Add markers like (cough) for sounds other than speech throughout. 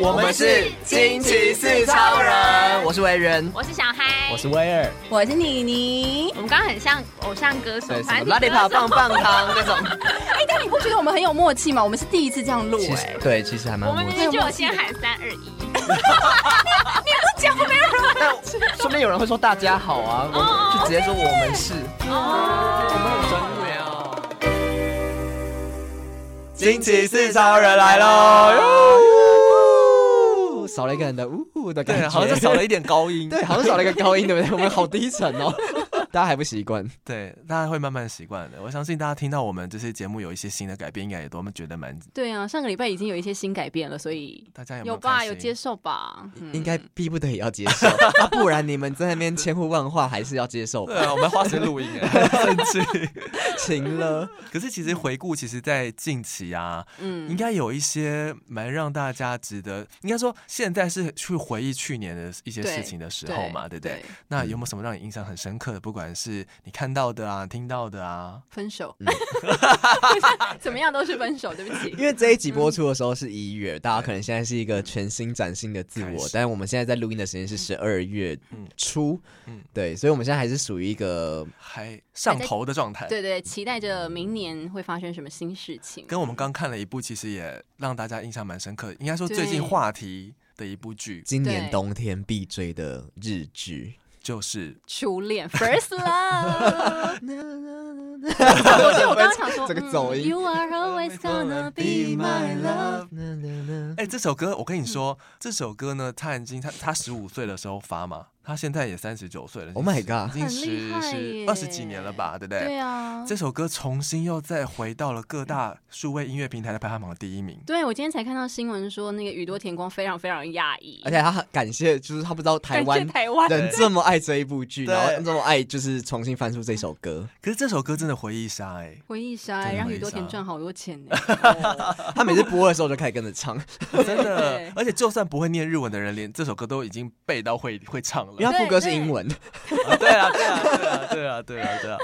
我们是惊奇四超人，我是维人，我是小嗨，我是威尔，我是妮妮我。们刚刚很像偶像歌手对，什么反正拉力跑棒棒糖那种。哎、但你不觉得我们很有默契吗？我们是第一次这样录、其哎实，对，其实还蛮我们默明契明就有先喊三二一，但说不定有人会说大家好啊，哦我就直接说我们是，我们很专业啊。惊奇四超人来喽！呜少了一个人的呜呜的感对，觉，好像就少 (laughs) 了一点高 (laughs) 音。对，好像少了一个高音，对不对？我们好低沉 (laughs) 哦，大家还不习惯。对，大家会慢慢习惯的。我相信大家听到我们这些节目有一些新的改变，应该也都觉得蛮……对啊，上个礼拜已经有一些新改变了，所以大家有没有有吧，开有心接受吧？嗯应该逼不得已要接 (laughs) 受，啊不然你们在那边千呼万唤还是要接受吧对啊，我们花钱录音 (laughs) 哎，生气。行了，可是其实回顾，其实，在近期啊，应嗯，该有一些蛮让大家值得，应该说现在是去回忆去年的一些对事情的时候嘛，对不对？那有没有什么让你印象很深刻的？不管是你看到的啊、听到的啊，分手， (laughs) 怎么样都是分手，对不 (laughs) 起。因为这一集播出的时候是一月，大家可能现在是一个全新崭新的自开我始，但我们现在在录音的时间是十二月嗯初，嗯对，所以我们现在还是属于一个还上头的状态。对对，期待着明年会发生什么新事情。跟我们刚看了一部，其实也让大家印象蛮深刻。应该说对最近话题的一部剧今年对冬天必追的日 (laughs) 剧。就是初恋 （First Love）。我就我刚刚想说，这个走音嗯 You are always gonna be my love。哎、这首歌我跟你说，嗯这首歌呢，蔡澜金他他十五岁的时候发嘛，他现在也三十九岁了。 Oh my 已经 god 已经很厉十害十耶二十几年了吧，对不对？对啊，这首歌重新又再回到了各大数位音乐平台的排行榜的第一名。对我今天才看到新闻说，那个宇多田光非常非常讶异，而且他很感谢，就是他不知道台湾感谢台 (laughs) 湾人这么爱这一部剧，对然后这么爱就是重新翻出这首歌。可是这首歌真的回忆杀哎、 (laughs) 回忆杀真的欸，让回忆宇多田杀赚好多钱呢。 (laughs) 哦他每次播的时候就开始跟着 (laughs) 唱，真的对，而且就算不会念日文的人，连这首歌都已经背到会会唱了。因为他副歌是英文。啊 (laughs) 对啊，对啊，对啊，对啊，对啊，对啊。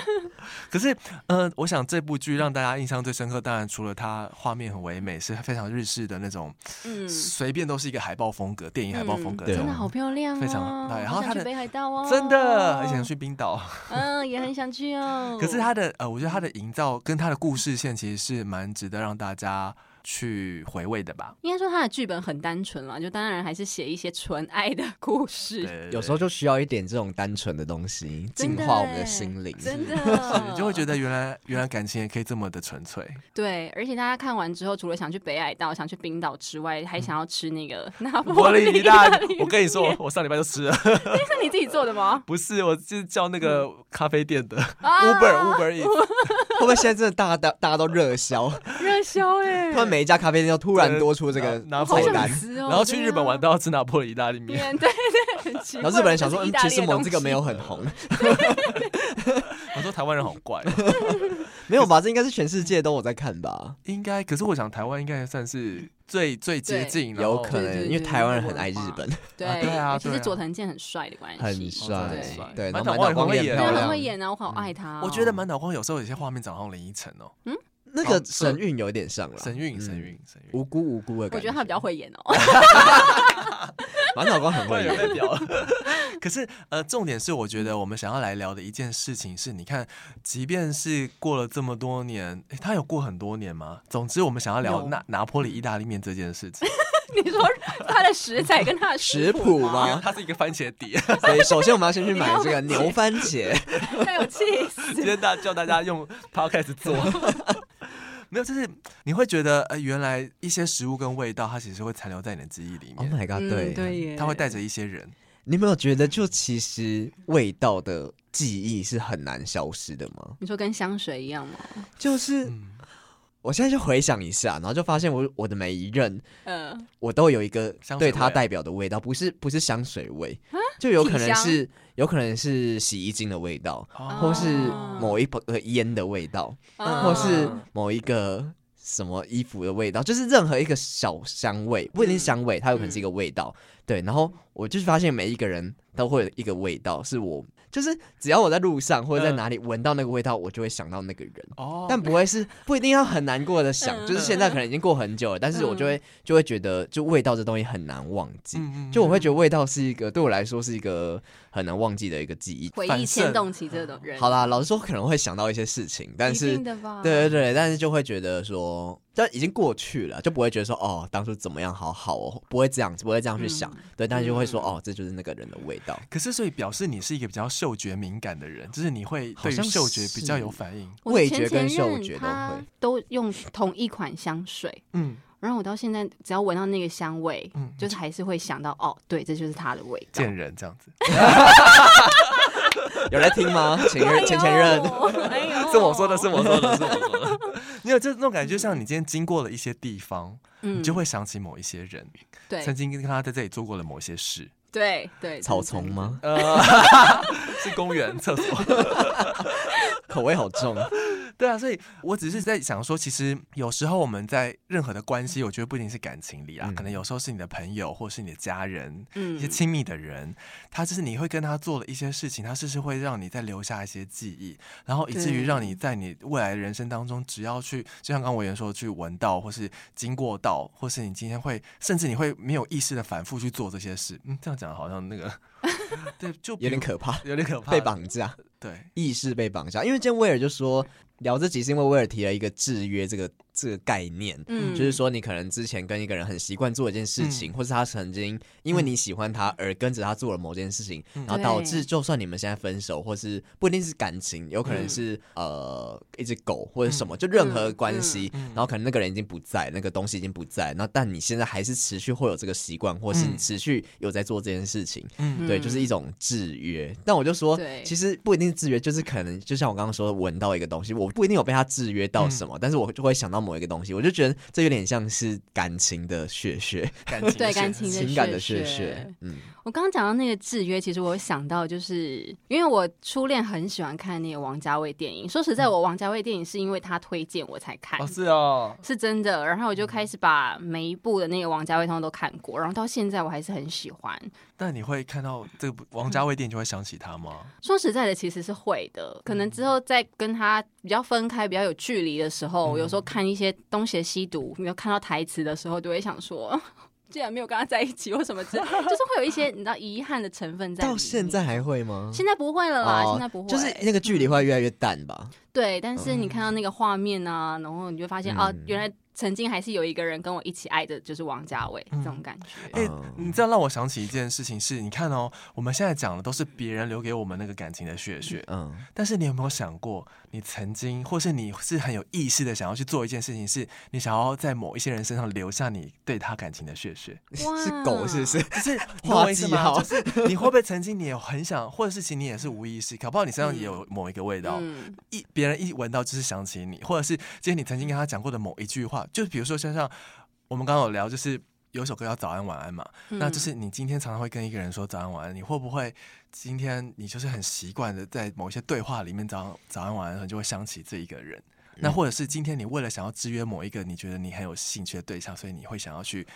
可是，呃，我想这部剧让大家印象最深刻，当然除了它画面很唯美，是非常日式的那种，嗯，随便都是一个海报风格，电影海报风格嗯这对啊真种的。好漂亮哦，非常对然后好想它的去北海道哦，真的很想，去冰岛，哦嗯，也很想去哦。 (laughs) 可是它的呃，我觉得它的营造跟它的故事线其实是蛮值得让大家去回味的吧。应该说他的剧本很单纯啦，就当然还是写一些纯爱的故对事，，对有时候就需要一点这种单纯的东西，净真的化我们的欸心灵。 (laughs) 真的嗯对，你就会觉得原来原来感情也可以这么的纯 (laughs) 粹。对。而且大家看完之后，除了想去北海道、想去冰岛之外，还想要吃那个拿玻破璃里一大的，嗯 (laughs) 我跟你说，我我上礼拜就吃了，这是你自己做的吗？不是，我是叫那个咖啡店的 (laughs) Uber 啊 Uber Eats。会不会现在真的大家大大家都热 (laughs) 销？热销哎，他们每一家咖啡店都突然多出这个啊拿拿好破菜仑单想。吃哦。然后去日本玩的都要吃拿破里意大利面，面，对对，很奇怪。然后日本人想说，这是嗯意，大其利的实我们这个东西没有很 (laughs) 红，我说台湾人好怪哦、没有吧？这应该是全世界都有在看吧？ (laughs) (laughs) 应该，可是我想台湾应该算是最最接近，然有后可对对能，对因为台湾人很爱日本，对啊对啊尤其对是啊佐藤健很帅的关系，很哦帅真的很帅，对，然满后脑满脑光光也很对也漂啊，很很亮嗯会。演啊，我好爱他哦。我觉得满脑光有时候有些画面长得像林依晨哦，那好个神韵有点像了，啊神韵嗯神韵神韵，无辜无辜的感我觉得他比较会演哦。 (laughs) 满脑光很会有演。代表。 (laughs) 可是呃，重点是我觉得我们想要来聊的一件事情是，你看，即便是过了这么多年，诶他有过很多年吗？总之，我们想要聊有拿拿破里意大利面这件事 (laughs) 情，你说他的食材跟他的食谱？谱吗？它是一个番茄底。 (laughs) 所以首先我们要先去买这个牛番 (laughs) 茄， (laughs) 要有气今死。天大叫大家用 (laughs) podcast 做。没有，就是你会觉得，呃，原来一些食物跟味道，它其实会残留在你的记忆里 Oh 面， my god！对，嗯对耶，它会带着一些人。你有没有觉得，就其实味道的记忆是很难消失的吗？你说跟香水一样吗？就是嗯，我现在就回想一下，然后就发现我我的每一任，嗯，我都有一个香水味对啊它代表的味道，不是不是香水味，就有可体能香是有可能是洗衣精的味道，哦或是某一个烟的味道，嗯或是某一个嗯什么衣服的味道，就是任何一个小香味，不一定是香味，它有可能是一个味道，对，然后我就是发现每一个人都会有一个味道，是我就是只要我在路上或者在哪里闻到那个味道，我就会想到那个人。哦，但不会是不一定要很难过的 (laughs) 想，就是现在可能已经过很久了，但是嗯我就会就会觉得，就味道这东西很难忘记，嗯嗯就我会觉得味道是一个对我来说是一个很难忘记的一个记忆。回反忆射牵动起这种人，好啦，老实说可能会想到一些事情，但一是定的吧？对对对，但是就会觉得说，但已经过去了，就不会觉得说哦，当初怎么样好好哦，不会这样，不会这样去想，对，但是就会说哦，这就是那个人的味道。可是，所以表示你是一个比较嗅觉敏感的人，就是你会好对于像嗅觉比较是有反应。我的味前觉跟前任嗅觉都他会都用同一款香水，嗯，然后我到现在只要闻到那个香味，嗯就是还是会想到哦，对，这就是他的味道。见人这样子。有在听吗？前任前前任， (laughs) 哎是我说的，是我说的，是我说的。 (laughs) 你有这种感觉，就像你今天经过了一些地方，嗯你就会想起某一些人，对曾经跟他在这里做过了某些事。对 (laughs) 对草丛？吗？呃， (laughs) 是公园厕所。口味好重。 (laughs) 对啊，所以我只是在想说，其实有时候我们在任何的关系，我觉得不一定是感情里啊，嗯可能有时候是你的朋友，或是你的家人，一嗯些亲密的人，他就是你会跟他做了一些事情，他是是会让你再留下一些记忆，然后以至对于让你在你未来的人生当中，只要去，就像刚我原说，去闻到或是经过到，或是你今天会，甚至你会没有意识的反复去做这些事。嗯，这样讲好像那个， (laughs) 对，就比有点如可怕，有点可怕，被？绑架，对，意识被绑架。因为今天威尔就说聊这集是因为威尔提了一个制约这个这个概念。嗯就是说，你可能之前跟一个人很习惯做一件事嗯情，或是他曾经因为你喜欢他而跟着他做了某件事情，嗯然后导致对就算你们现在分手，或是不一定是感情，有可嗯能是、呃一只狗或者什么，就任何关系，嗯嗯然后可能那个人已经不在，那个东西已经不在，那但你现在还是持续会有这个习惯，或是你嗯持续有在做这件事情，嗯对，就是一种制约。但我就说对，其实不一定是制约，就是可能就像我刚刚说的，闻到一个东西，我不一定有被它制约到嗯什么，但是我就会想到某一个东西，我就觉得这有点像是感情的血血，感情对是感情的情感的血血血血。嗯，我刚刚讲到那个制约，其实我有想到，就是因为我初恋很喜欢看那个王家卫电影。说实在，我王家卫电影是因为他推荐我才看哦，，是哦，是真的。然后我就开始把每一部的那个王家卫通通都看过，然后到现在我还是很喜欢。那你会看到这个王家卫电影，就会想起他吗？说实在的，其实是会的。可能之后再跟他比较分开、比较有距离的时候，我有嗯时候看一些东邪西毒，没有看到台词的时候，就会想说， (laughs) 既然没有跟他在一起，或什么之类， (laughs) 就是会有一些你知道遗憾的成分在。到现在，还会吗？现在不会了啦，现在不会，嗯就是那个距嗯离会越来越淡吧。对。但是你看到那个画面啊，然后你就发现、嗯啊，原来曾经还是有一个人跟我一起爱的，就是王家卫、这种感觉。哎、嗯你这样让我想起一件事情是，你看哦，我们现在讲的都是别人留给我们那个感情的血血，嗯，但是你有没有想过，你曾经或是你是很有意识的想要去做一件事情，是你想要在某一些人身上留下你对他感情的血血？哇 (laughs) 是狗是不是？ (laughs) 就是你懂画我意思记吗？号就是你会不会曾经你也很想，或者是其实你也是无意识，搞不好你身上也有某一个味道，嗯，一别人一闻到就是想起你，或者是今天你曾经跟他讲过的某一句话，就比如说像像我们刚刚有聊，就是有一首歌叫《早安晚安》嘛，嗯那就是你今天常常会跟一个人说早安晚安，你会不会今天你就是很习惯的在某一些对话里面早早安晚安的时候就会想起这一个人？那或者是今天你为了想要制约某一个你觉得你很有兴趣的对象，所以你会想要去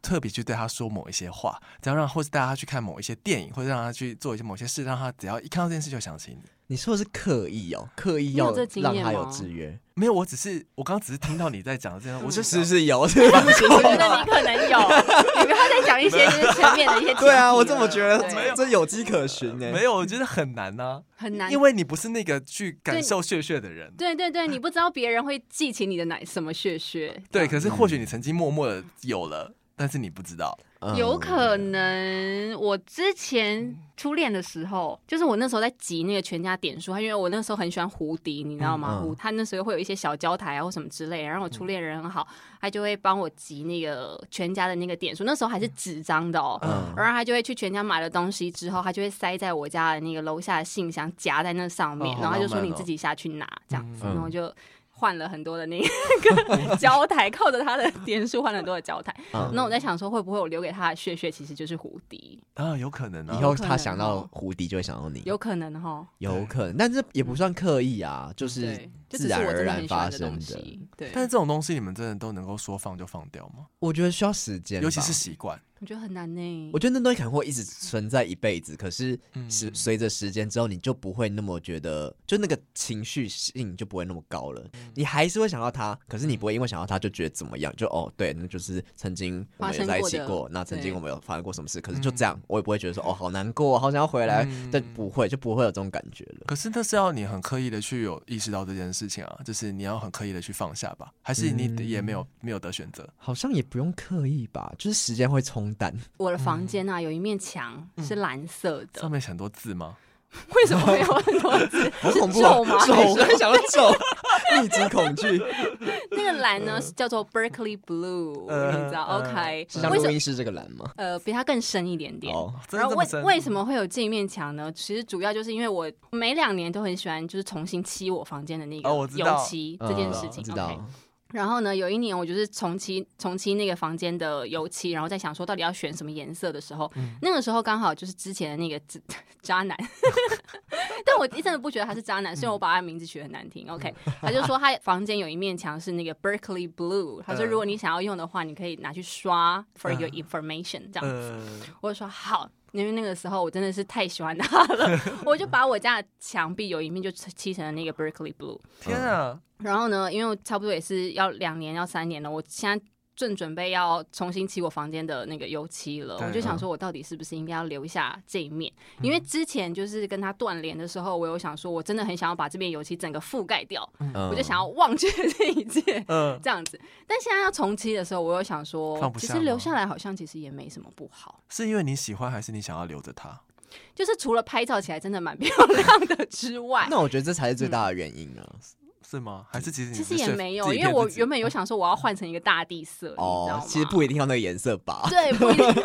特别去对他说某一些话，只要让或是带他去看某一些电影，或者让他去做一些某些事，让他只要一看到这件事就想起你。你说的是刻意哦，刻意你有要这经让验他有吗制约，没有，我只是我刚刚只是听到你在讲这样，我就是不想嗯是有？是不是我觉得你可能有，你不要再讲一些就是前面的一些 (laughs) 对啊，前提我这么了觉得，对这这有迹可循欸呢。没有，我觉得很难呐、很难，因为你不是那个去感对受血血的人。对对对，你不知道别人会记起你的哪什么血血，对，可是或许你曾经默默的有了，但是你不知道。嗯有可能我之前初恋的时候，就是我那时候在集那个全家点数，因为我那时候很喜欢胡迪，你知道吗？嗯胡他那时候会有一些小胶台啊或什么之类的，然后我初恋人很好，他就会帮我集那个全家的那个点数，那时候还是纸张的哦。嗯然后他就会去全家买了东西之后，他就会塞在我家的那个楼下的信箱，夹在那上面，哦好然后他就说浪漫哦你自己下去拿这样子，嗯然后就换了很多的那个 (laughs) 胶台，靠着他 (laughs) 的点数换了很多的胶台。嗯那我在想说，会不会我留给他的血血其实就是胡迪？啊，有可能啊。以后他想到哦胡迪就会想到你，有可能哈，有可能，但这也不算刻意啊，就是嗯对，自就只是然我而真的然很喜欢发的生东的。西。对，但是这种东西，你们真的都能够说放就放掉吗？我觉得需要时间吧，尤其是习惯，我觉得很难呢我。觉得那东西可能会一直存在一辈子，可是嗯是随着时间之后，你就不会那么觉得，就那个情绪性就不会那么高了。嗯你还是会想到他，可是你不会因为想到他就觉得怎么样，就哦对，那就是曾经我们发有生在一过起的过，那曾经对我们有发生过什么事，可是就这样，我也不会觉得说哦好难过，好想要回来，嗯但不会就不会有这种感觉了。可是那是要你很刻意的去有意识到这件事情啊，就是你要很刻意的去放下吧，还是你嗯也没有没有得选择？好像也不用刻意吧，就是时间会冲淡。我的嗯房间啊，有一面墙是蓝色上的，面很多字吗？为什么会有很 (laughs) 多字？好恐怖、是啊！咒 (laughs) 吗咒，我刚才想到 (laughs) 咒，密集恐 (laughs) 惧， (laughs) 那个蓝呢嗯是叫做 Berkeley Blue，呃你知道呃？OK，是像为什录音室这个栏吗？呃比它更深一点点。哦，真然的后这么深为为什么会有这一面墙呢？其实主要就是因为我每两年都很喜欢，就是重新漆我房间的那个哦我知油道嗯漆这件事情。嗯知 OK 道。然后呢，有一年我就是重漆重漆那个房间的油漆，然后在想说到底要选什么颜色的时候，嗯那个时候刚好就是之前的那个 (laughs) 渣渣男，但我真的不觉得他是渣男，虽然嗯我把他名字取得很难听。OK，他 (laughs) 就说他房间有一面墙是那个 Berkeley Blue，他说嗯如果你想要用的话，你可以拿去刷 for 嗯 your information 这样子。呃，嗯我就说好。因为那个时候我真的是太喜欢他了， (laughs) 我就把我家的墙壁有一面就漆成了那个 Berkeley Blue，天啊，然后呢，因为我差不多也是要两年要三年了，我现在正准备要重新漆我房间的那个油漆了，对嗯我就想说，我到底是不是应该要留下这一面？因为之前就是跟他断联的时候，我有想说，我真的很想要把这边油漆整个覆盖掉，嗯我就想要忘却这一切。嗯，这样子，但现在要重漆的时候，我又想说放，不其下实留吗下来好像其实也没什么不好，是因为你喜欢，还是你想要留着它？就是除了拍照起来真的蛮 (laughs) 漂亮的之外，那我觉得这才是最大的原因嗯啊！是吗？还是其实你其是实也说没自有，己因为骗我自 (laughs) 己嗯原本有想说我要换成一个大地色，你知道哦吗，？其实不一定要那个颜色吧。对，不一定。 (laughs)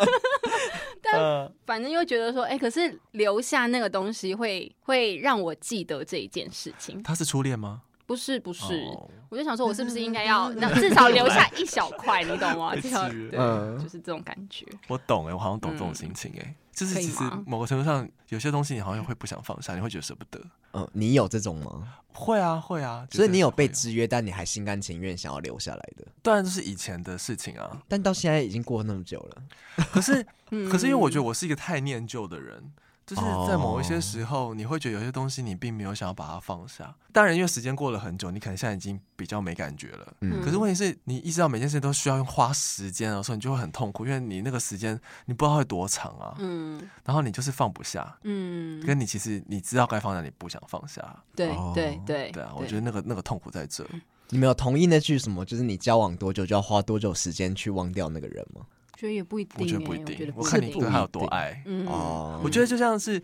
嗯反正又觉得说，哎、可是留下那个东西会会让我记得这一件事情，他是初恋吗？不是不是。哦我就想说，我是不是应该要让至少留 (laughs) 下一小块，你懂吗？被至少制约对，嗯就是这种感觉。我懂哎、我好像懂这种心情哎、就是嗯可以其实吗某个程度上，有些东西你好像会不想放下，你会觉得舍不得。嗯，你有这种吗？会啊，会啊，所以你有被知，制约，但你还心甘情愿想要留下来的。当然就是以前的事情啊。 (laughs) 但到现在已经过那么久了，可是，嗯可是因为我觉得我是一个太念旧的人，就是哦在某一些时候，你会觉得有些东西你并没有想要把它放下。当然，因为时间过了很久，你可能现在已经比较没感觉了。嗯可是问题是你意识到每件事都需要用花时间的时候，你就会很痛苦，因为你那个时间你不知道会多长啊，嗯然后你就是放不下。嗯，跟你其实你知道该放下，你不想放下，对哦对对对啊，我觉得那个那个痛苦在这，你没有同意那句什么，就是你交往多久就要花多久时间去忘掉那个人吗？觉得也不一我定、觉欸，得不一觉得定，不我看一你定对他有多爱，嗯哦，我觉得就像是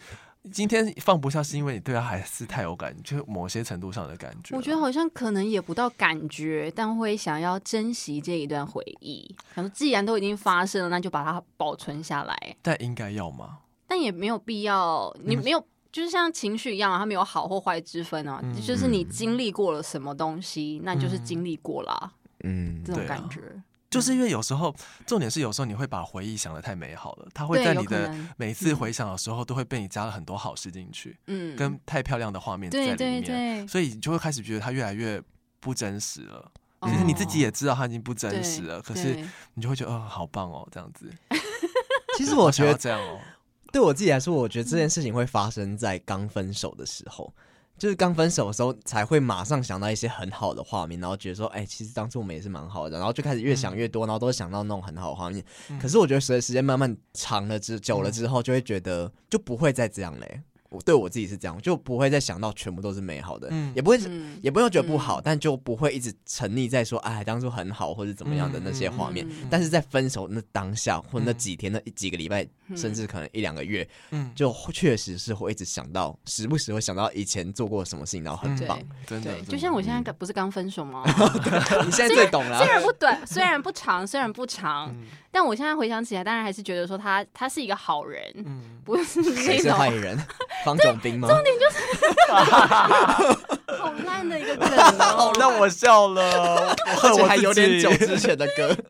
今天放不下，是因为你对他还是太有感，就是某些程度上的感觉。啊我觉得好像可能也不到感觉，但会想要珍惜这一段回忆。想说既然都已经发生了，那就把它保存下来，但应该要吗？但也没有必要，你嗯没有。就是像情绪一样、啊，它没有好或坏之分啊，嗯就是你经历过了什么东西，那就是经历过啦、嗯这，种对啊感觉。就是因为有时候，重点是有时候你会把回忆想的太美好了，它会对在有你可的能每次回想的时候，都会被你加了很多好事进去，嗯，跟太漂亮的画面在里对面，对对，所以你就会开始觉得它越来越不真实了。其实你自己也知道它已经不真实了，可是哦对你就会觉得，嗯、好棒哦，这样子。其实我想觉要得这样哦，对我自己来说，我觉得这件事情会发生在刚分手的时候，就是刚分手的时候才会马上想到一些很好的画面，然后觉得说，哎、其实当初我们也是蛮好的，然后就开始越嗯想越多，然后都会想到那种很好的画面。可是我觉得随着时间慢慢长了之久嗯了之后，就会觉得就不会再这样嘞、我对我自己是这样，就不会再想到全部都是美好的，嗯也不会嗯也不用觉得不好，但就不会一直沉溺在说，哎，当初很好或者怎么样的那些画面。嗯但是在分手那当下或那嗯几天、那几个礼拜，嗯甚至可能一两个月，嗯，就确实是会一直想到，时不时会想到以前做过什么事情，然后很嗯棒。真的对，，就真像的我现在刚不是刚分手 (laughs) 吗？你现在最懂了啊、虽然不短，虽然不长，虽然不长，嗯但我现在回想起来，当然还是觉得说他他是一个好人，嗯不是谁那是坏种人？ (laughs) 方炯斌吗？好烂的一个梗 (laughs) 哦。让我笑了，我而恨且我还有自点己久之前的歌。嗯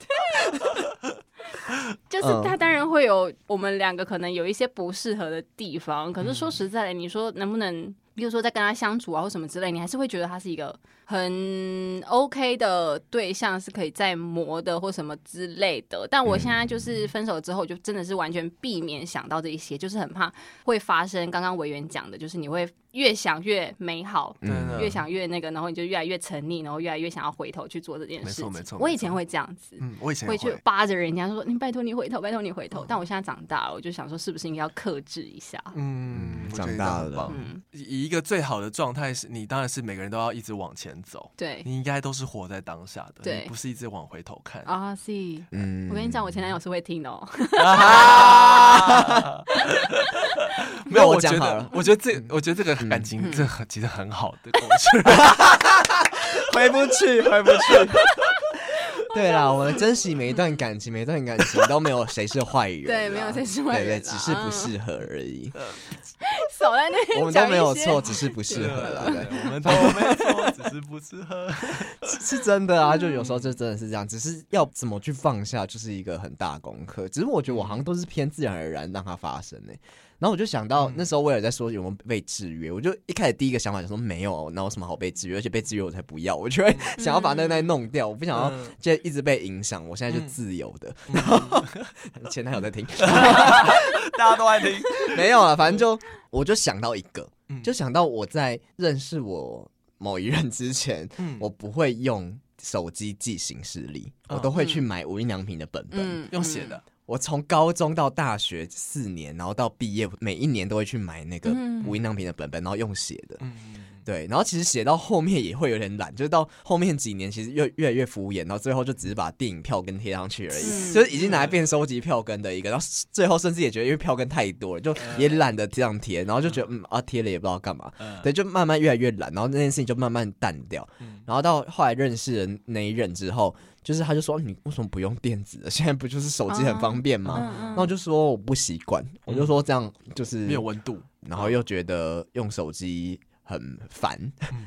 就是他当然会嗯有我们两个可能有一些不适合的地方，可是说实在的，你说能不能比如说在跟他相处啊或什么之类，你还是会觉得他是一个很 OK 的对象，是可以再磨的或什么之类的。但我现在就是分手之后，就真的是完全避免想到这一些，就是很怕会发生刚刚委员讲的，就是你会越想越美好，嗯真的越想越那个，然后你就越来越沉溺，然后越来越想要回头去做这件事情。没错没错我以没错前会这样子， (laughs) 嗯，我以前也会去会，扒着人家说：“你拜托你回头，拜托你回嗯头。但我现在长大了，我就想说，是不是应该要克制一下？嗯，我觉得长这大样很了棒嗯，以一个最好的状态是，你当然是每个人都要一直往前走，对你应该都是活在当下的，对你不是一直往回头看。啊，C。嗯我跟你讲，我前男友是会听的哦。 (laughs) 没有，那我我觉讲好得了，我觉得这，我觉得这个感嗯情，这很其实很好的 (laughs) 过 (laughs) 程。回不去，回不去。对啦，我们珍惜每一段感情，每一段感情都没有谁是坏人啦，对没有谁是坏人对对，啦只是不适合而已。少在那我们边都讲没有一些错，，只是不适合啦。对我 (laughs) 们都没错，只是不适合。 (laughs) 是真的啊，就有时候就真的是这样，只是要怎么去放下，就是一个很大功课。只是我觉得我好像都是偏自然而然让它发生呢、然后我就想到那时候威尔在说有没有被制约，我就一开始第一个想法就说没有，哪有什么好被制约，而且被制约我才不要，我就会想要把那个东西弄掉，我不想要嗯就一直被影响。我现在就自由的， (laughs) (laughs) 前男友在听，大家都爱听， (laughs) 没有啊，反正就我就想到一个，嗯就想到我在认识我某一任之前，嗯我不会用手机记行事历，嗯我都会去买无印良品的本本。嗯用写的，我从高中到大学四年，然后到毕业，每一年都会去买那个嗯无印良品的本本，然后用写的。嗯，对，然后其实写到后面也会有点懒，就是到后面几年其实越越来越敷衍，然后最后就只是把电影票根贴上去而已，嗯就是已经拿来变收集票根的一个，然后最后甚至也觉得因为票根太多嗯了，就也懒得这样贴，然后就觉得嗯啊贴了也不知道干嘛，嗯对，就慢慢越来越懒，然后那件事情就慢慢淡掉，嗯然后到后来认识的那一任之后，就是他就说哦你为什么不用电子的？现 (laughs) 在不就是手机很方嗯便哦吗？嗯然后我就说我不习惯，我就说这样就是没有温度，然后又觉得用手机很烦，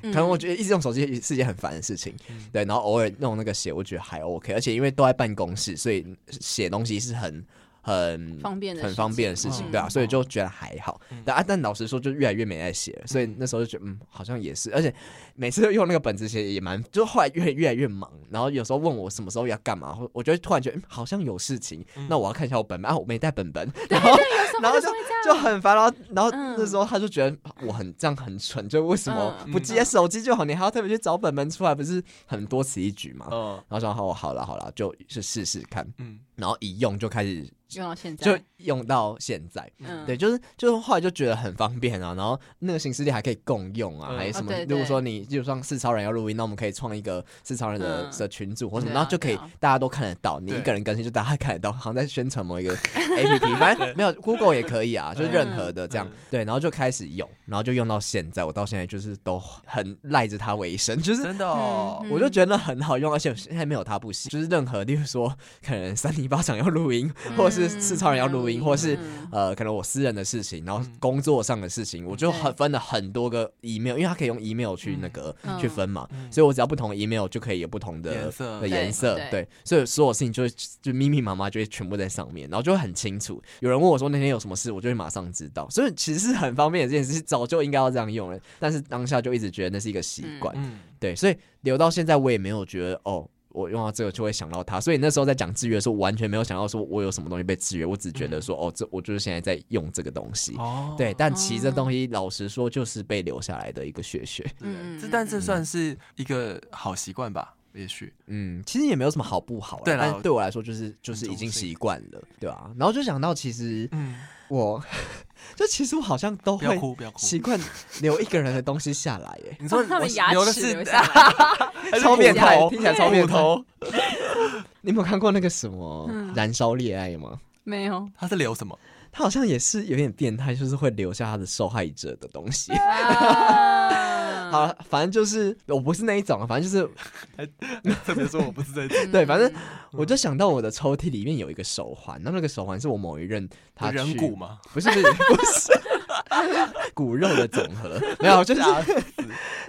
嗯 (laughs) 可能我觉得一直用手机是一件很烦的事情，对。然后偶尔弄那个写，我觉得还 OK，而且因为都在办公室，所以写东西是很很嗯方便的事很方便的事情，情对啊，嗯所以就觉得还好。但啊，但老实说，就越来越没在写了，所以那时候就觉得，嗯，好像也是，而且每次用那个本子写也蛮，就后来越越来越忙，然后有时候问我什么时候要干嘛，或我就会突然觉得，嗯，好像有事情，那我要看一下我本本啊，我没带本本， (laughs) 然后然后就就很烦，然后然后嗯那时候他就觉得我很这样很蠢，就为什么嗯不直接手机就好，你还要特别去找本本出来，不是很多此一举嘛？嗯然后说好好了好了，就是试试看，嗯然后一用就开始用到现在，就用到现在。嗯对，就是就是后来就觉得很方便啊，然后那个形式力还可以共用啊，嗯还有什么？哦对如果对说你，比如说四超人要录音，那我们可以创一个四超人的、嗯的群组或什么，对啊然后就可以对啊大家都看得到，你对一个人更新就大家看得到，好像在宣传某 (laughs) 一个 APP，反正没有 Google 也可以啊，就是任何的这样、嗯对，然后就开始用，然后就用到现在，我到现在就是都很赖着它为生，嗯就是真的哦，我就觉得很好用，而且我现在没有它不行。就是任何，例如说，可能三零八想要录音，或者是四超人要录音，嗯或者是嗯呃，可能我私人的事情，然后嗯工作上的事情，我就很对分了很多个 email，因为它可以用 email 去那个嗯去分嘛，嗯所以我只要不同的 email 就可以有不同的颜色的对颜色，对对，所以所有事情就会就密密麻麻就会全部在上面，然后就会很清楚。有人问我说那天有什么事，我就会马上知道，所以其实是很方便的这件事，早就应该要这样用了，但是当下就一直觉得那是一个习嗯惯。嗯对，所以留到现在我也没有觉得哦，我用到这个就会想到它。所以那时候在讲制约的时候，完全没有想到说我有什么东西被制约，我只觉得说、哦，这我就是现在在用这个东西。嗯哦，对，但其实这哦东西老实说就是被留下来的一个学学。嗯嗯这但这算是一个好习惯吧，也许嗯，其实也没有什么好不好啦，对啦但对我来说就是就是已经习惯了，对啊。然后就想到其实嗯，我， (laughs) 就其实我好像都不要会哭不要哭，习惯留一个人的东西下来耶。你说哦嗯他我们牙留的齿是留下来， (laughs) 还是超骨变态头听起来超变 (laughs) 骨态头，你有没有看过那个什么嗯《燃烧恋爱》吗？没有。他是留什么？他好像也是有点变态，就是会留下他的受害者的东西。啊 (laughs) 好，反正就是我不是那一种啊，反正就是 (laughs) 特别说我不是在对，反正我就想到我的抽屉里面有一个手环，那那个手环是我某一任他人去骨吗？ (laughs) 不是不是不是，骨肉的总和，没有，就是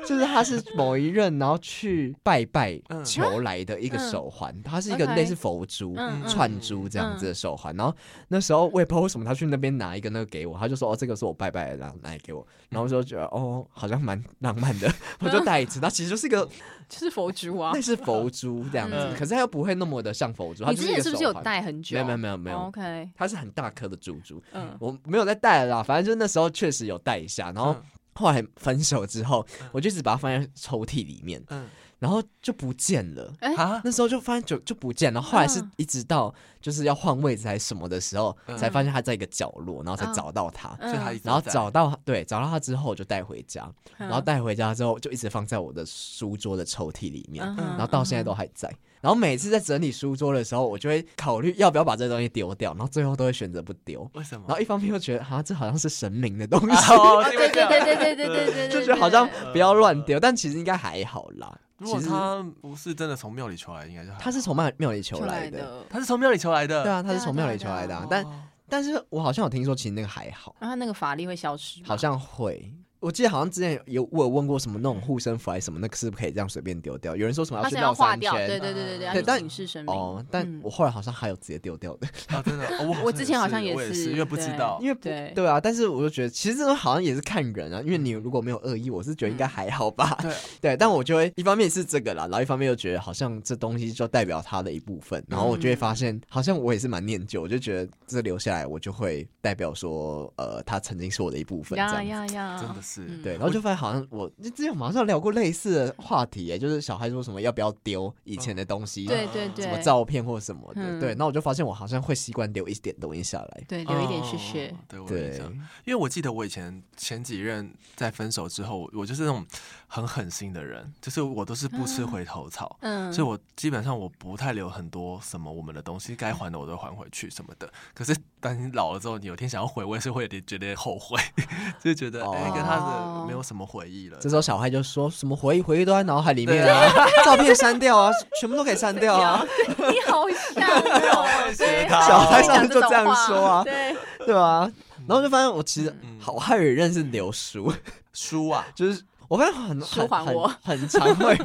就是他是某一任，然后去拜拜嗯求来的一个手环，它是一个嗯 OK 类似佛珠嗯嗯、串珠这样子的手环。然后那时候我也不知道为什么他去那边拿一个那个给我，他就说哦这个是我拜拜的，然后拿来给我，然后我就觉得哦好像蛮浪漫 (laughs) 的，我就带一只，它其实就是一个就是佛珠啊类。似佛珠这样子嗯，可是它又不会那么的像佛珠，它你就之一前个是手不是有环？戴很久？啊哦没有没有没有没有， OK，它是很大颗的珠珠，嗯，我没有再戴了啦，反正就那时候确实有戴一下，然后嗯后来分手之后，我就一直把它放在抽屉里面，嗯然后就不见了。哎啊，那时候就发现就就不见了，后来是嗯一直到就是要换位置还是什么的时候，嗯才发现它在一个角落，然后才嗯找到它。所以他一嗯直然后在找到对找到它之后，我就带回家，嗯然后带回家之后就一直放在我的书桌的抽屉里面，嗯哼然后到现在都还在。然后每次在整理书桌的时候，我就会考虑要不要把这东西丢掉，然后最后都会选择不丢。为哦什么？然后一方面又觉得，哈，这好像是神明的东西， (laughs) 哦，对对对对对对对啊对对，就觉得好像不要乱丢，但其实应该还好啦。如其果实他不是真的从庙里求来，应该就还他是从庙庙里求出来来的，的。他是从庙里求来的，对啊，他是从庙里求对啊来的、啊对啊。但哦但是我好像有听说，其实那个还好，然后它那个法力会消失吗，好像会。我记得好像之前有我有问过什么那种护身符还是什么，那个是不是可以这样随便丢掉？有人说什么它去是绕要化三掉，对圈，对对对对对，它但是隐世神明。哦，但嗯我后来好像还有直接丢掉的，啊，真的，哦 (laughs) 我我之前好像也也我是因为不知对道，因为不对对啊，但是我就觉得其实这种好像也是看人啊，因为你如果没有恶意，我是觉得应该还好吧。嗯对，啊 (laughs) 对，但我就会一方面是这个啦，然后一方面又觉得好像这东西就代表他的一部分，然后我就会嗯发现，好像我也是蛮念旧，我就觉得这留下来，我就会代表说，呃，他曾经是我的一部分这呀样子。呀呀，真的是，嗯对，然后就发现好像我之前马上聊过类似的话题、耶，就是小孩说什么要不要丢以前的东西，对嗯对对，什么照片或什么的，嗯对，那我就发现我好像会习惯留一点东西下来，对留一点哦谢谢。对，我也对这，样。因为我记得我以前前几任在分手之后，我就是那种很狠心的人，就是我都是不吃回头草，嗯，所以我基本上我不太留很多什么我们的东西，该还的我都还回去什么的。可是当你老了之后，你有天想要回味，是会有点觉得后悔， (laughs) 就觉得哎、哦跟他的没有什么回忆了。这时候小孩就说什么回忆回忆都在脑海里面啊， (laughs) 照片删掉啊，全部都可以删掉啊。你好像哦，对他小孩讲上就种这样话说啊，对，对啊，然后就发现我其实嗯好，我还有一任是留书，书啊， (laughs) 就是我发现很书很还我很很常会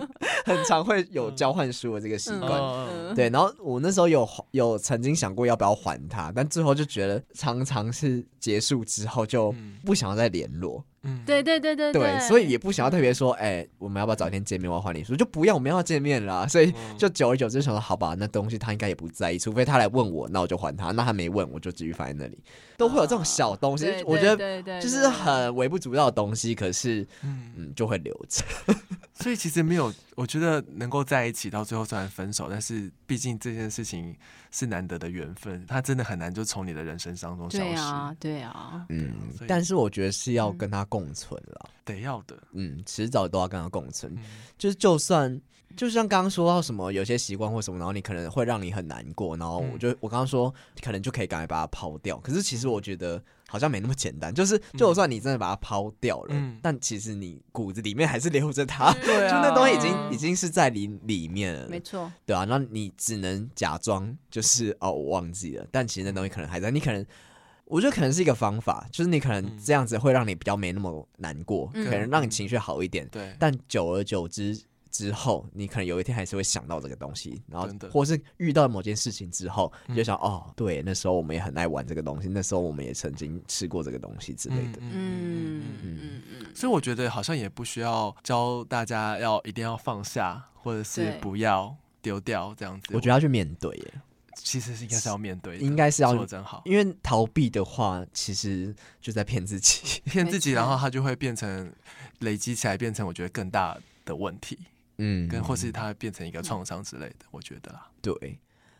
很常会有交换书的这个习嗯惯。嗯对，然后我那时候有有曾经想过要不要还他，但最后就觉得常常是结束之后就嗯不想要再联络，嗯，对对对对对，所以也不想要特别说，哎、我们要不要找一天见面？我要还你书，就不要我们要见面啦。所以嗯就久而久之想说，好吧，那东西他应该也不在意，除非他来问我，那我就还他。那他没问，我就继续放在那里，都会有这种小东西。对我觉得哦对对，就是对很微不足道的东西，可是嗯。啊嗯，就会留着。啊所以其实没有，我觉得能够在一起到最后虽然分手，但是毕竟这件事情是难得的缘分，它真的很难就从你的人生当中消对失，啊对啊，嗯所以，但是我觉得是要嗯跟他共存了，得要的。嗯，迟早都要跟他共存。嗯就是就算就像刚刚说到什么有些习惯或什么，然后你可能会让你很难过，然后我嗯就、我刚刚说可能就可以赶快把它抛掉，可是其实我觉得好像没那么简单，就是就算你真的把它抛掉了，嗯但其实你骨子里面还是留着它，对就啊那东西已经已经是在你里面了，没错，对啊，那你只能假装就是哦，我忘记了，但其实那东西可能还在。你可能，我觉得可能是一个方法，就是你可嗯能这样子会让你比较没那么难过，嗯可能让你情绪好一点。对，但久而久之之后，你可能有一天还是会想到这个东西，然后真的或是遇到某件事情之后，嗯你就想、哦，对，那时候我们也很爱玩这个东西，那时候我们也曾经吃过这个东西之类的。嗯嗯嗯。嗯嗯，所以我觉得好像也不需要教大家要一定要放下，或者是对不要丢掉这样子。我觉得要去面对耶，其实是应该是要面对的，应该是要做得真好，因为逃避的话，其实就在骗自己。 (laughs) 骗自己，没错然后它就会变成累积起来，变成我觉得更大的问题，嗯，跟或是它变成一个创伤之类的，我觉得啦。对，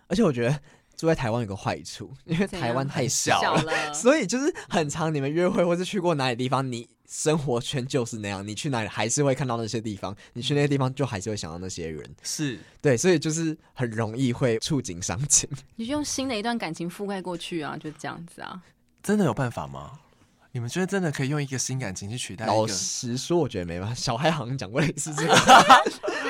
而且我觉得住在台湾有个坏处，因为怎台湾样太小了，了所以就是很常你们约会或是去过哪里地方，你生活圈就是那样，你去哪里还是会看到那些地方，你去那些地方就还是会想到那些人，是，对，所以就是很容易会触景伤情。你就用新的一段感情覆盖过去啊，就这样子啊。真的有办法吗？你们觉得真的可以用一个新感情去取代一老个？实说，我觉得没办法。小孩好像讲过类似 (laughs) 这个，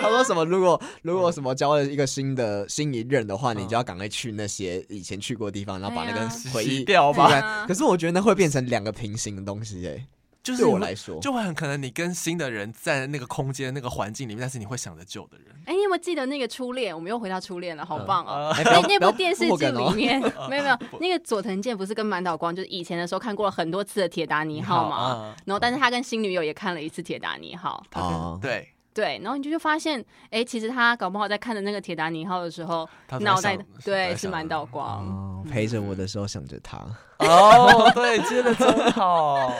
他说什么如果如嗯果什么交了一个新的新一任的话，你就要赶快去那些以前去过的地方，然后把那对个啊回忆洗哎掉吧复燃可是我觉得那会变成两个平行的东西诶、就是对我你会来说 (laughs) 就会很可能你跟新的人在那个空间、那个环境里面，但是你会想着旧的人。哎、你有没有记得那个初恋？我们又回到初恋了，好棒哦！哎不那要那不要部电视破剧梗哦里面，没有没有，那个佐藤健不是跟满岛光，就是以前的时候看过了很多次的《铁达尼号》你好嘛啊，然后但是他跟新女友也看了一次《铁达尼号他 (laughs) 跟嗯哦嗯对，》， (laughs) 对，然后你就就发现，哎、其实他搞不好在看的那个《铁达尼号》的时候他，都在脑袋想在对想是满岛光，哦，陪着我的时候想着 (laughs) 他，哦，对，接的真好。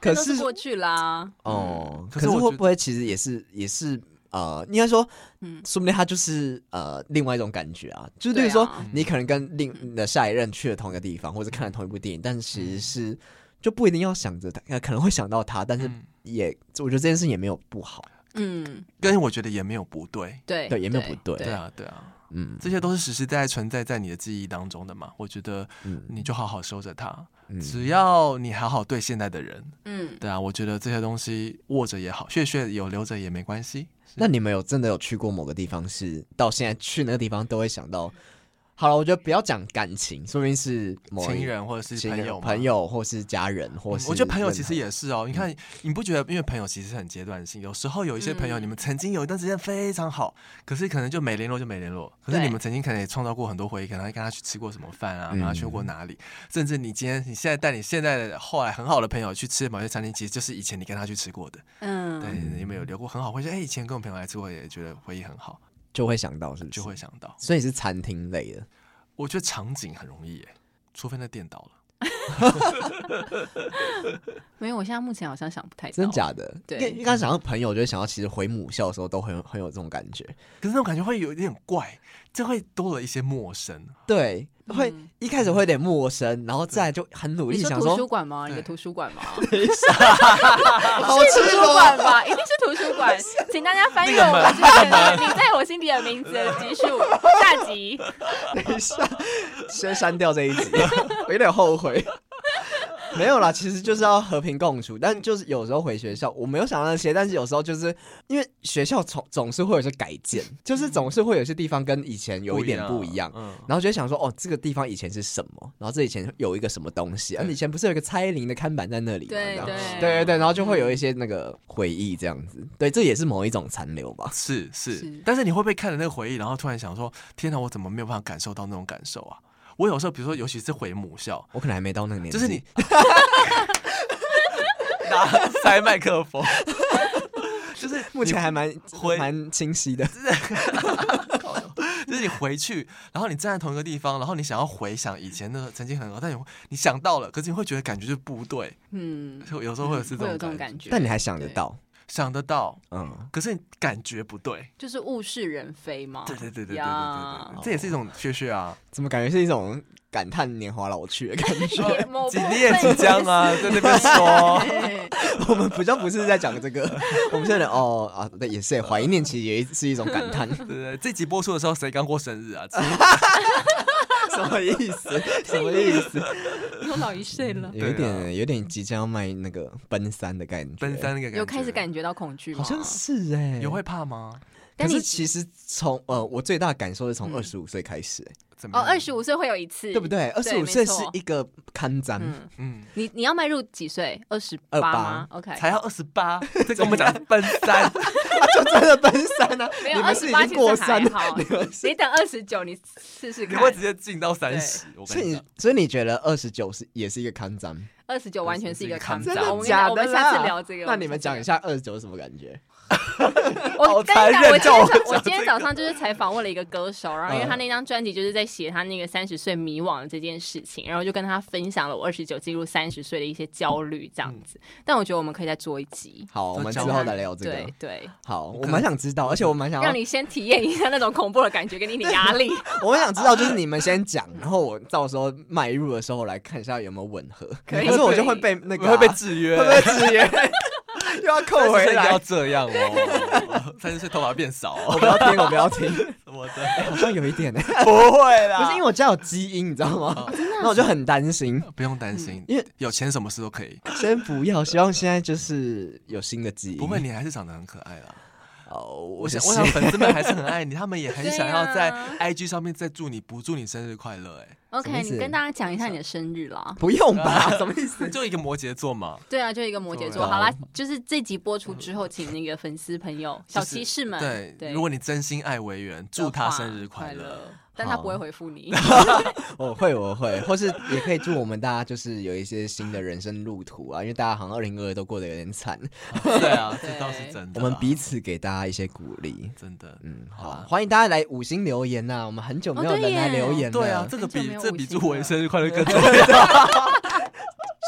可都是是过嗯去啦。哦，可可是是我会觉不会其实也是也是呃，应该说，嗯说不定他就是呃另外一种感觉啊，就是比对如说、啊你可能跟另你的下一任去了同一个地方，或者看了同一部电影，但是其实是。嗯就不一定要想着他，呃可能会想到他， (laughs) 但是嗯也、我觉得这件事情也没有不好，嗯，跟我觉得也没有不对。对对也没有不对对啊，对啊，嗯这些都是实实在在存在在你的记忆当中的嘛。我觉得嗯你就好好收着它，嗯，只要你好好对现在的人，嗯，对啊，我觉得这些东西握着也好，血血有留着也没关系。那你们有真的有去过某个地方是，到现在去那个地方都会想到？好了，我觉得不要讲感情，说明是某一亲人或者是亲朋人友嘛，朋友或是家人，或嗯是嗯我觉得朋友其任何实也是哦，你看，你不觉得？因为朋友其实很阶段性，有时候有一些朋友，嗯你们曾经有一段时间非常好，可是可能就没联络就没联络。可是对你们曾经可能也创造过很多回忆，可能还跟他去吃过什么饭啊，嗯然后去过哪里，甚至你今天你现在带你现在的后来很好的朋友去吃某些餐厅，其实就是以前你跟他去吃过的。对，嗯，你们有留过很好回忆，哎，以前跟我朋友来吃过，也觉得回忆很好，就会想到，是不是？就会想到。哦所以是餐厅类的，我觉得场景很容易耶，除非那店倒了。没有，我现在目前好像想不太到，真假的？对因为因为刚才想到朋友，就会想到其实回母校的时候都很嗯有很有这种感觉，可是那种感觉会有一点怪，就会多了一些陌生。对，会、一开始会有点陌生，然后再来就很努力嗯你说想图书说，馆吗？你的对图书馆 (laughs) 吗？好是图赤书裸馆吧？一定是图书馆，请大家翻阅我们之前的《你在我心底的名字》的集数下集。等一下， (laughs) 先删掉这一集， (laughs) 我有点后悔。没有啦，其实就是要和平共处，但就是有时候回学校，我没有想到那些，但是有时候就是因为学校总总是会有些改 (laughs) 建，就是总是会有些地方跟以前有一点不一样，嗯，然后就会想说，哦，这个地方以前是什么？然后这以前有一个什么东西？啊，对以前不是有一个蔡依林的看板在那里吗？对这样对对对对，然后就会有一些那个回忆这样子。对，这也是某一种残留吧。是是是，但是你会不会看着那个回忆，然后突然想说，天哪，我怎么没有办法感受到那种感受啊？我有时候，比如说，尤其是回母校，我可能还没到那个年纪，就是你拿塞麦克风，就是目前还蛮回蛮清晰的。就是你回去，然后你站在同一个地方，然后你想要回想以前的曾经很好，但你你想到了，可是你会觉得感觉就不对， (laughs) 嗯，就有时候会有是会有这种这种感感觉，觉，但你还想得对，到，想得到，嗯，可是你感觉不对。就是物是人非嘛。对对对对对对对对呀对，这也是一种血血啊，怎么感觉是一种感叹年华老去的感觉？也某部即分你也即将啊，在那边说。 (laughs) 对我们比较不是在讲 (laughs) 这个，我们现在哦啊，对，也是怀念，其实也是一种感 (laughs) 叹，对 (laughs) 对，对这集播出的时候谁刚过生日啊？什么意 (laughs) 思？什么意思？又老一岁了，有一对啊点，有点即将要卖那个奔三的感觉，奔三那个感觉嗯有开始感觉到恐惧吗？好像是哎、有会。怕吗？可但你是其实从呃，我最大的感受是从嗯二十五岁开始、欸，怎么哦，样二十五岁会有一次，对不？对？二十五没岁错是一个看章，嗯，嗯，你你要迈入几岁？二十28吗？OK，才要二十 (laughs) 八，这跟我们讲的奔三，啊就 (laughs) 真的奔三啊！ (laughs) 没有你二们是十已八，经其过实三还了，好啊你们。是你等二十九，你试试你看会。直接进到三十。我所跟以你你讲，所以你觉得二十九是也是一个看章？二十九完全是一个看康展不到真的我们我们下次啦聊这个。那你们讲一下。下二十九是什么感觉？我跟残你忍讲，我今叫我天讲早我今天早上就是采访问了一个歌手，然嗯后因为他那张专辑就是在写他那个三十岁迷惘的这件事情，然后就跟他分享了我二十九进入三十岁的一些焦虑这样子。但我觉得我们可以再做一集，好，我们嗯之交后换再聊这个对。对，好，我蛮想知道，而且我蛮想要让，你先体验一下那种恐怖的感觉，给你一点压 (laughs) 力。我蛮想知道，就是你们先讲，然后我到时候迈入的时候来看一下有没有吻合。 (laughs) 可以是我就 (laughs) 可以会被那你个会被啊制约会不。会制约？又要扣回 (laughs) 来要。这样哦，三十岁头发变少我哦不要听，我不要听，什么的， (laughs) (laughs) 好像有一点呢。不会不是因为我家有基因，你知道吗？啊那我就很担心。不用担心，嗯因为有钱什么事都可以。先不要，希望现在就是有新的基因。不会，你还是长得很可爱啦。哦，我我想，想，我我想想，粉丝们还是很爱你，他们也很想要对在啊 IG 上面再祝你，不祝你生日快乐。 (laughs) 哎，什么意 OK，思你跟大家讲一下你的生日啦。不用 (laughs) 吧？什么意思？就一个摩羯座嘛，对啊，就一个摩羯对座。啊好啦，就是这集播出之后，请那个粉丝朋友、小就是骑士们，对，如果你真心爱维园，祝他生日快乐。，嗯但他不会回复 (laughs) 你。 (laughs) 我哦会，我会，或是也可以祝我们大家就是有一些新的人生路途啊，因为大家好像二零二二都过得有点惨，对啊，这对倒是真的我啦。们彼此给大家一些鼓励。真的，嗯，好好啊，哦欢迎大家来五星留言呐、我们很久没有人来留言了，对啊，这个很久比没有这五比祝星我了生日快乐更重要。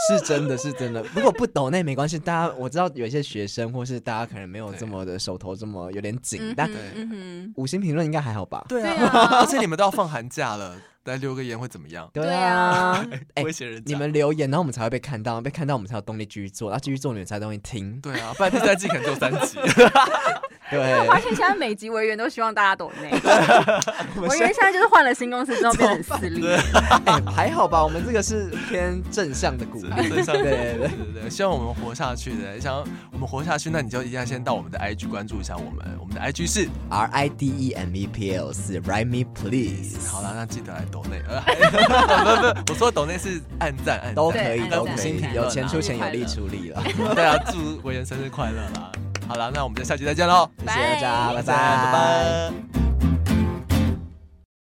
是真的是真的。如果不抖那没关系，大家我知道有一些学生或是大家可能没啊有这么的手头这么有点紧，嗯但哼对嗯哼，五星评论应该还好吧？对对啊而且你们都要放寒假了，来留个言会怎么样？对对啊啊，哎威胁人家你们留言，然后我们才会被看到，被看到我们才有动力继续做，然后继续做你们才有动力听。对啊，不然第三季可能就三集。对， (laughs) 发现现在每集委员都希望大家懂内，我们委现员在现在就是换了新公司之后变得很私 (laughs) 利。哎还好吧，我们这个是偏 (laughs) 正向的鼓励，对对对对。对对，希望我们活下去的，想要我们活下去，那你就一定要先到我们的 IG 关注一下我们，我们的 IG 是 R I D E M E P L 四，Write me please，好了，那记得来抖内，呃，还不不不，我说的抖内是按赞按赞都可以对，都按可赞以，有钱出钱，有力出力了。 (laughs) 对啊，祝维人生日快乐啦！好了，那我们就下期再见喽，谢谢大家，拜拜，拜拜。